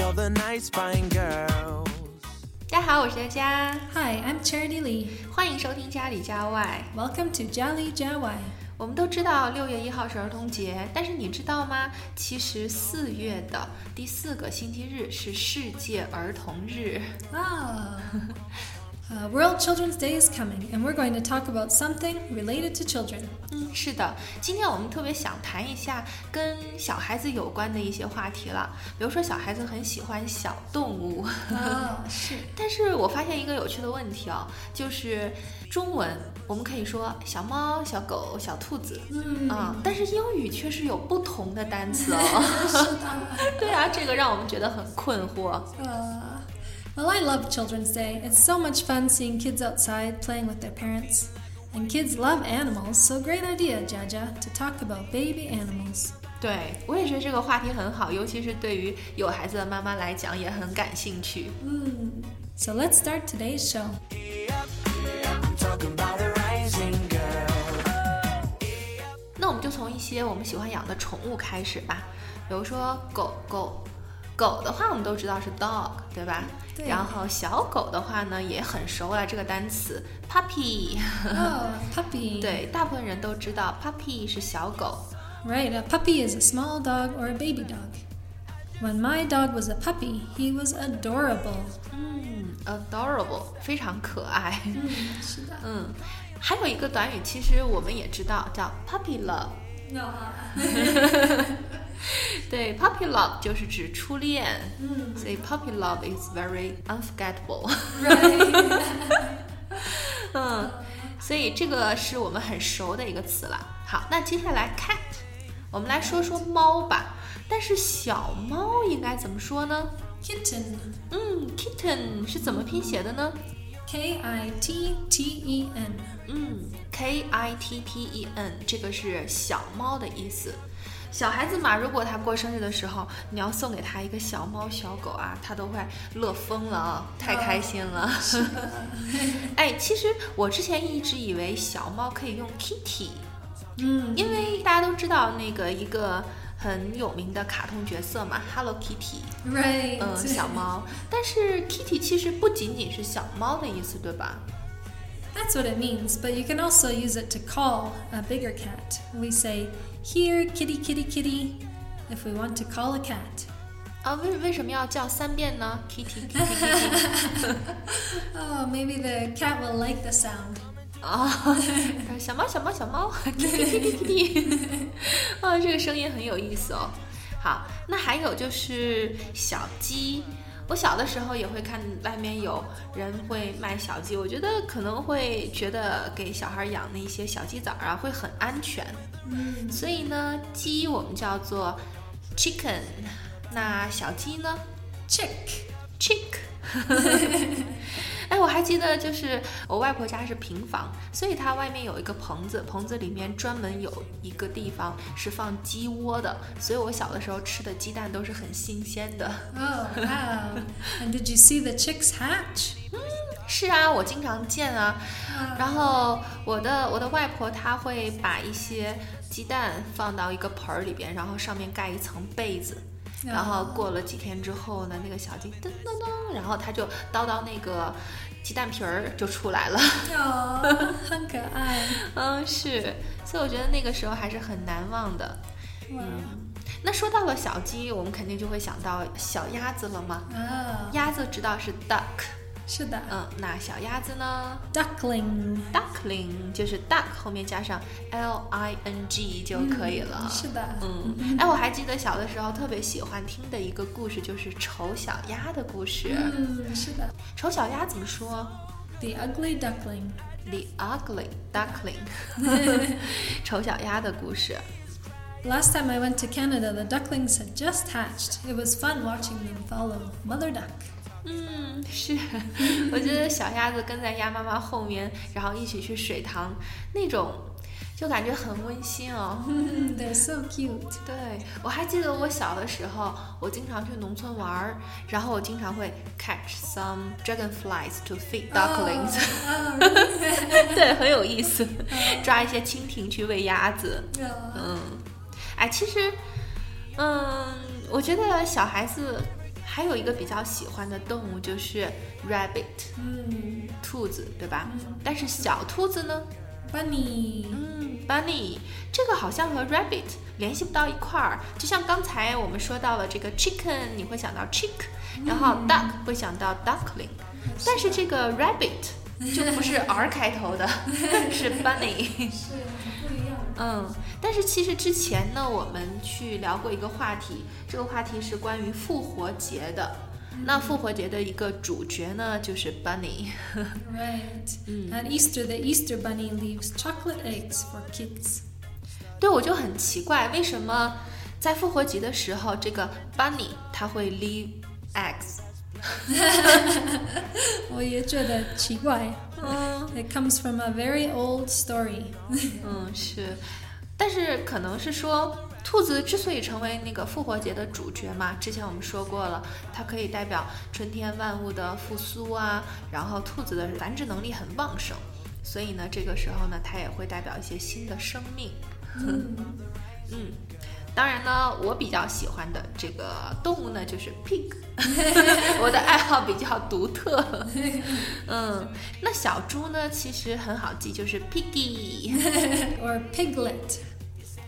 all the nice fine girls. 大家好，我是佳佳， Hi, I'm Charity Lee. 欢迎收听《家里家外》。 Welcome to Jolly Jawai. 我们都知道六月一号是儿童节，但是你知道吗？其实四月的第四个星期日是世界儿童日。 Ah. Uh, World Children's Day is coming, and we're going to talk about something related to children. 嗯，是的，今天我们特别想谈一下跟小孩子有关的一些话题了，比如说小孩子很喜欢小动物， Oh, shit. 但是我发现一个有趣的问题哦，就是中文我们可以说小猫、小狗、小兔子，啊、但是英语确实有不同的单词哦。 对啊，这个让我们觉得很困惑。 Uh, well, I love Children's Day. It's so much fun seeing kids outside playing with their parents. And kids love animals, so great idea, Jaja, to talk about baby animals. 对我也觉得这个话题很好，尤其是对于有孩子的妈妈来讲也很感兴趣。 Mm. So let's start today's show. I'm talking about the rising girl. 那我们就从一些我们喜欢养的宠物开始吧，比如说狗狗。狗的话，我们都知道是 dog，对吧？对然后小狗的话呢，也很熟了这个单词 puppy。 Oh, puppy. 对，大部分人都知道 puppy 是小狗， Right, a puppy is a small dog or a baby dog. When my dog was a puppy, he was adorable. 嗯，adorable，非常可爱。 嗯，还有一个短语，其实我们也知道，叫 puppy love。 No. 对，puppy love 就是指初恋，Mm. 嗯，所以 puppy love is very unforgettable。嗯，所以这个是我们很熟的一个词了。好，那接下来 cat，我们来说说猫吧。但是小猫应该怎么说呢？ Kitten. 嗯，kitten 是怎么拼写的呢？ K I T T E N. 嗯，K I T T E N，这个是小猫的意思。小孩子嘛，如果他过生日的时候，你要送给他一个小猫、小狗啊，他都会乐疯了啊，太开心了。 哎，其实我之前一直以为小猫可以用 kitty， Mm. 因为大家都知道那个一个很有名的卡通角色嘛，Hello Kitty， Right. 嗯、小猫。但是 kitty 其实不仅仅是小猫的意思，对吧？ That's what it means, but you can also use it to call a bigger cat. We say, "Here, kitty, kitty, kitty," if we want to call a cat. 啊，为为什么要叫三遍呢？Kitty Kitty Kitty Oh, maybe the cat will like the sound. 啊，小猫小猫小猫 Kitty Kitty Kitty，啊，这个声音很有意思哦。好，那还有就是小鸡，我小的时候也会看外面有人会卖小鸡，我觉得可能会觉得给小孩养的一些小鸡崽儿啊会很安全，所以呢，鸡我们叫做 chicken，那小鸡呢 Chick. chick。哎，我还记得，就是我外婆家是平房，所以它外面有一个棚子，棚子里面专门有一个地方是放鸡窝的，所以我小的时候吃的鸡蛋都是很新鲜的。 Oh, wow. and did you see the chicks hatch? 是啊，我经常见啊。然后我的我的外婆她会把一些鸡蛋放到一个盆儿里边，然后上面盖一层被子。嗯 Oh. 然后过了几天之后呢，那个小鸡噔噔噔，然后它就叨叨那个鸡蛋皮儿就出来了。 Oh, 很可爱。嗯，是，所以我觉得那个时候还是很难忘的。 Wow. 那说到了小鸡，我们肯定就会想到小鸭子了嘛。 Oh, 鸭子知道是 duck，是的。嗯，那小鸭子呢 Duckling. ，duckling 就是 duck 后面加上 l i n g 就 Mm, 可以了。嗯是的。嗯，哎，我还记得小的时候特别喜欢听的一个故事，就是丑小鸭的故事。嗯，是的。丑小鸭怎么说？ The ugly duckling. The ugly duckling，丑 小鸭的故事。 Last time I went to Canada, the ducklings had just hatched. It was fun watching them follow Mother Duck. 嗯，是，我觉得小鸭子跟在鸭妈妈后面，然后一起去水塘，那种就感觉很温馨哦。 They're so cute. 对，我还记得我小的时候，我经常去农村玩儿，然后我经常会 catch some dragonflies to feed ducklings，、 Oh, oh, really? 对，很有意思，抓一些蜻蜓去喂鸭子。 Oh. 嗯，哎，其实，嗯，我觉得小孩子还有一个比较喜欢的动物就是 rabbit，嗯兔子，对吧？但是小兔子呢， ，bunny，嗯，bunny 这个好像和 rabbit 联系不到一块儿，就像刚才我们说到了这个 chicken，你会想到 chick，然后 duck 会想到 duckling，但是这个 rabbit 就不是 R 开头的，是 bunny。是不一样的。嗯，但是其实之前呢，我们去聊过一个话题，这个话题是关于复活节的。那复活节的一个主角呢，就是 bunny。 Right. At Easter, the Easter bunny leaves chocolate eggs for kids. 对，我就很奇怪，为什么在复活节的时候，这个 bunny 它会 leave eggs？我也觉得奇怪。嗯 It comes from a very old story. 嗯，是，但是可能是说，兔子之所以成为那个复活节的主角嘛，之前我们说过了，它可以代表春天万物的复苏啊，然后兔子的繁殖能力很旺盛，所以呢，这个时候呢，它也会代表一些新的生命。 嗯，当然呢，我比较喜欢的这个动物呢就是 pig，我的爱好比较独特。 嗯，那小猪呢其实很好记，就是 piggy。 or piglet.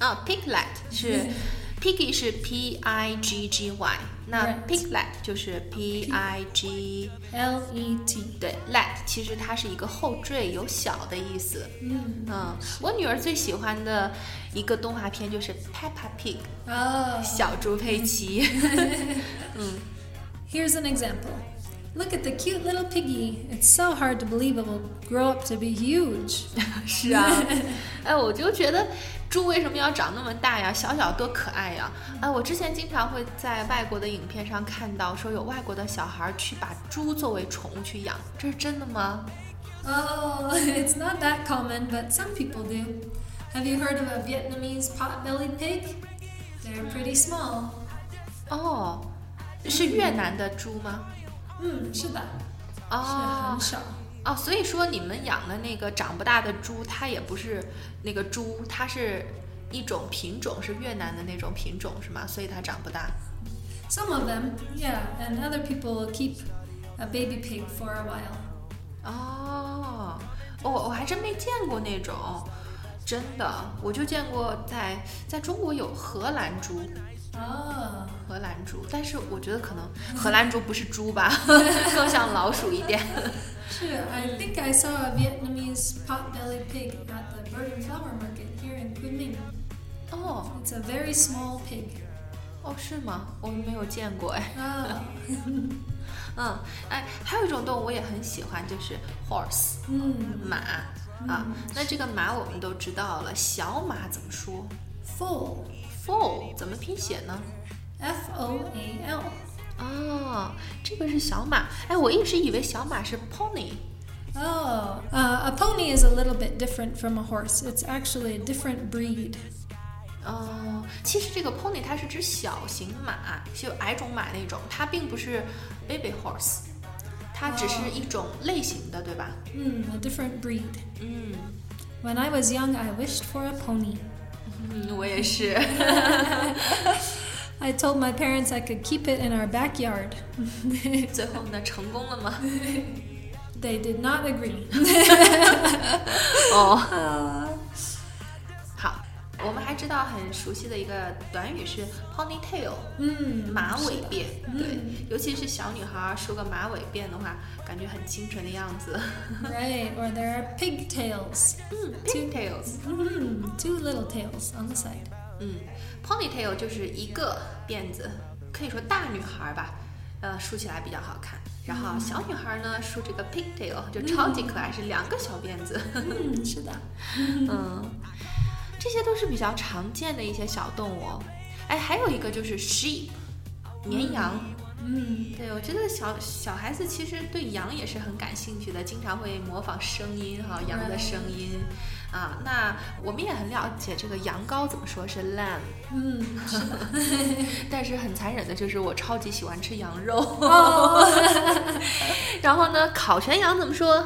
啊、p i g l e t 是 piggy 是 p i g g y，那 Right piglet 就是 p i g， L E T. 对，let 其实它是一个后缀，有小的意思。 Mm. 嗯，我女儿最喜欢的一个动画片就是 Peppa Pig， Oh. 小猪佩奇。 Here's an example. Look at the cute little piggy. It's so hard to believe it will grow up to be huge. 是啊，哎，我就觉得猪为什么要长那么大呀？小小多可爱呀！哎，我之前经常会在外国的影片上看到，说有外国的小孩去把猪作为宠物去养，这是真的吗？ Oh, it's not that common, but some people do. Have you heard of a Vietnamese pot-bellied pig? They're pretty small. 哦，是越南的猪吗？嗯，是的，是啊哦很少。哦，所以说你们养的那个长不大的猪，它也不是那个猪，它是一种品种，是越南的那种品种是吗？所以它长不大。 Some of them, yeah, and other people will keep a baby pig for a while. 哦，我我还真没见过那种，真的，我就见过在在中国有荷兰猪， Oh, 荷兰猪，但是我觉得可能荷兰猪不是猪吧， 更像老鼠一点。 sure. I think I saw a Vietnamese pot-bellied pig at the Bird and Flower Market here in Kunming. 哦 It's a very small pig. 哦，是吗？我没有见过哎。 Oh, 嗯，哎，还有一种动物我也很喜欢，就是 horse 嗯马啊。那这个马我们都知道了，小马怎么说 full, ？foal 怎么拼写呢？ F O A L. 哦，这个是小马。哎，我一直以为小马是 pony。 Oh, uh, a pony is a little bit different from a horse. It's actually a different breed. 哦，其实这个 pony 它是指小型马，就矮种马那种，它并不是 baby horse，它只是一种类型的，对吧？ Mm, a different breed. 嗯 When I was young, I wished for a pony. 嗯，我也 是。 I told my parents I could keep it in our backyard. 最后呢，成功了 吗？ They did not agree. 哦，好，我们还知道很熟悉的一个短语是 ponytail， Mm, 马尾辫。对，尤其是小女孩梳个马尾辫的话，感觉很清纯的样子。 right, or there are pigtails. 嗯，pigtails。 Mm, two little tails on the side. 嗯，ponytail 就是一个辫子，可以说大女孩儿吧，呃，梳起来比较好看。然后小女孩儿呢，梳这个 pigtail 就超级可爱，是两个小辫子。 Mm, 是的。嗯， 这些都是比较常见的一些小动物哦。哎，还有一个就是 sheep，绵羊。 Mm, 对，我觉得小小孩子其实对羊也是很感兴趣的，经常会模仿声音哈，羊的声音啊。那我们也很了解这个羊羔怎么说是 lamb。 mm. 但是很残忍的就是，我超级喜欢吃羊肉。 Oh, 然后呢，烤全羊怎么说？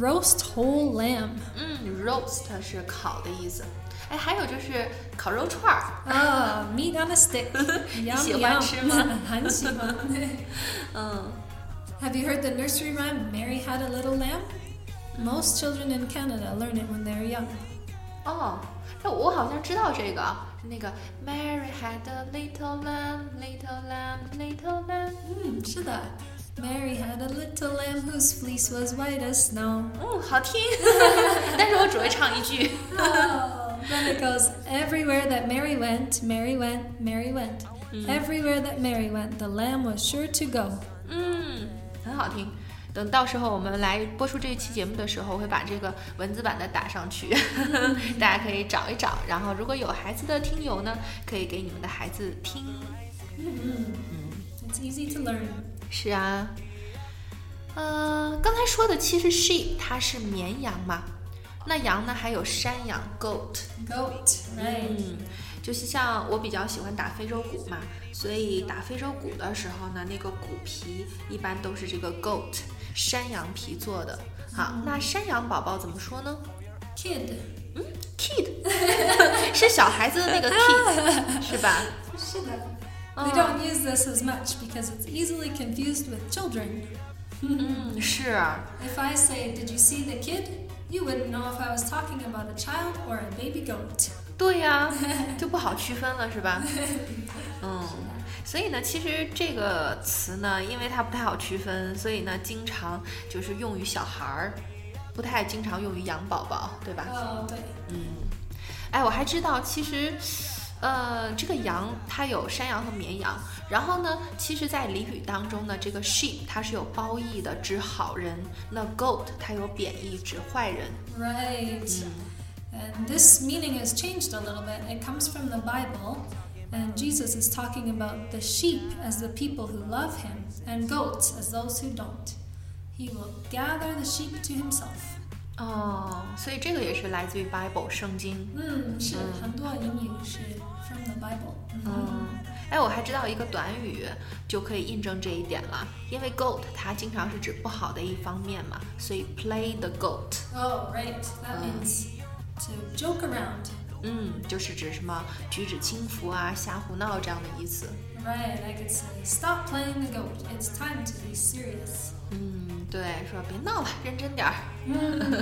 roast whole lamb. 嗯，roast 是烤的意思。哎，还有就是烤肉串儿， Oh, meat on a stick. Yum, 喜欢 yum. 吃吗？很喜欢。嗯， Have you heard the nursery rhyme, Mary Had a Little Lamb? Most children in Canada learn it when they're young. 哦，哎，我好像知道这个，是那个 Mary had a little lamb, little lamb, little lamb。是的。Mary had a little lamb whose fleece was white as snow. 嗯，好听， 但是我只会唱一句。 then it goes, Everywhere that Mary went, Mary went, Mary went. Everywhere that Mary went, the lamb was sure to go. 嗯，很好听。等到时候我们来播出这一期节目的时候，我会把这个文字版的打上去， 大家可以找一找。然后如果有孩子的听友呢，可以给你们的孩子听。 It's easy to learn. 是啊，呃，刚才说的其实 sheep 它是绵羊嘛，那羊呢还有山羊 goat。 Goat, right? 嗯，就是像我比较喜欢打非洲鼓嘛，所以打非洲鼓的时候呢，那个鼓皮一般都是这个 goat 山羊皮做的。好，那山羊宝宝怎么说呢 Kid. ？kid 是小孩子的那个 kid 是吧？ We don't use this as much because it's easily confused with children. 嗯，是。 If I say, Did you see the kid? You wouldn't know if I was talking about a child or a baby goat. 对呀、就不好区分了，是吧？嗯，所以呢，其实这个词呢，因为它不太好区分，所以呢，经常就是用于小孩儿，不太经常用于羊宝宝，对吧？ Oh, 对。哎，我还知道，其实，呃，这个羊它有山羊和绵羊，然后呢，其实，在俚语当中呢，这个 sheep 它是有褒义的，指好人；那 goat 它有贬义，指坏人。 Right. Hmm. And this meaning has changed a little bit. It comes from the Bible, and Jesus is talking about the sheep as the people who love him, and goats as those who don't. He will gather the sheep to himself. 哦，所以这个也是来自于 Bible 圣经。嗯，是，很多英语是 from the Bible。Mm-hmm. Uh. 嗯，哎，我还知道一个短语就可以印证这一点了，因为 goat 它经常是指不好的一方面嘛，所以 play the goat， Oh, right. That Um. means to joke around. 嗯，就是指什么举止轻浮啊、瞎胡闹这样的意思。 Right, I could say, stop playing the goat. It's time to be serious. 嗯，对，说别闹了，认真点儿。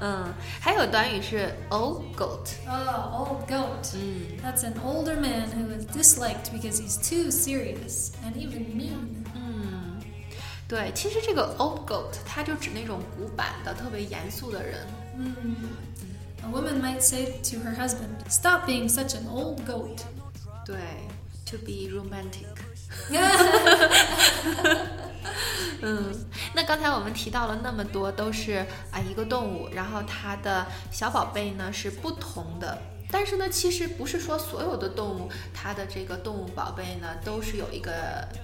嗯，还有短语是 old goat， Oh, old goat. 嗯 That's an older man who is disliked because he's too serious and even mean. 嗯，对，其实这个 old goat 它就指那种古板的、特别严肃的人。Hmm. A woman might say to her husband, stop being such an old goat. 对，to be romantic。嗯，那刚才我们提到了那么多，都是啊一个动物，然后它的小宝贝呢是不同的。但是呢，其实不是说所有的动物，它的这个动物宝贝呢都是有一个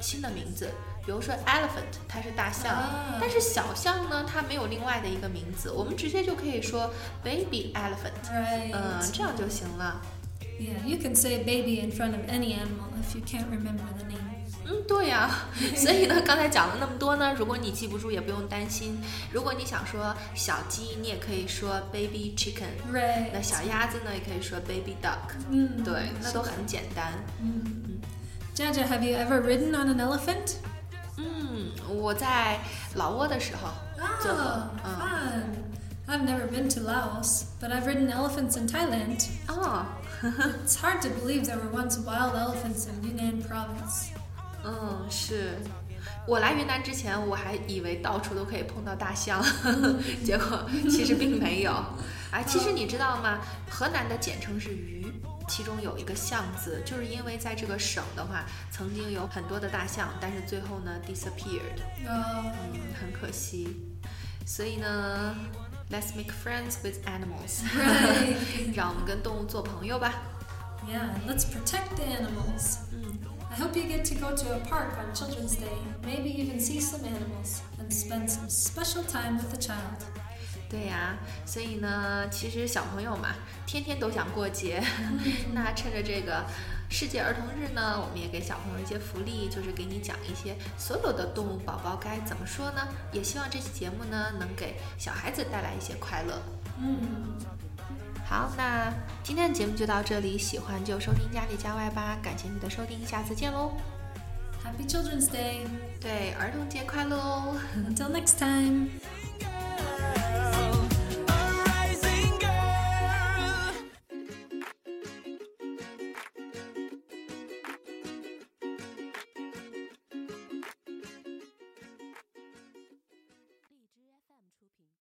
新的名字。比如说 elephant，它是大象，啊但是小象呢，它没有另外的一个名字，我们直接就可以说 baby elephant， right. 嗯，这样就行了。 yeah, you can say baby in front of any animal if you can't remember the name. 嗯，对呀、所以呢，刚才讲了那么多呢，如果你记不住也不用担心。如果你想说小鸡，你也可以说 baby chicken， Right. 那小鸭子呢也可以说 baby duck， Mm. 对，那都很简单。Mm-hmm. Jaja, have you ever ridden on an elephant? 嗯，我在老挝的时候做过， Oh, 嗯， fun. I've never been to Laos, but I've ridden elephants in Thailand. 哦， It's hard to believe there were once wild elephants in Yunnan province. 嗯，是。我来云南之前，我还以为到处都可以碰到大象， 结果其实并没有。哎，其实你知道吗？河南的简称是榆，其中有一个象字，就是因为在这个省的话，曾经有很多的大象，但是最后呢 disappeared， Oh, 嗯，很可惜。所以呢，let's make friends with animals， right. 让我们跟动物做朋友吧。 yeah, let's protect the animals. 嗯 I hope you get to go to a park on Children's Day, maybe even see some animals, and spend some special time with a child. 对呀、所以呢，其实小朋友嘛，天天都想过节， 那趁着这个世界儿童日呢，我们也给小朋友一些福利，就是给你讲一些所有的动物宝宝该怎么说呢？也希望这期节目呢，能给小孩子带来一些快乐。 Mm. 好，那今天的节目就到这里，喜欢就收听家里家外吧，感谢你的收听，下次见喽！ Happy Children's Day! 对，儿童节快乐哦！ Until next time!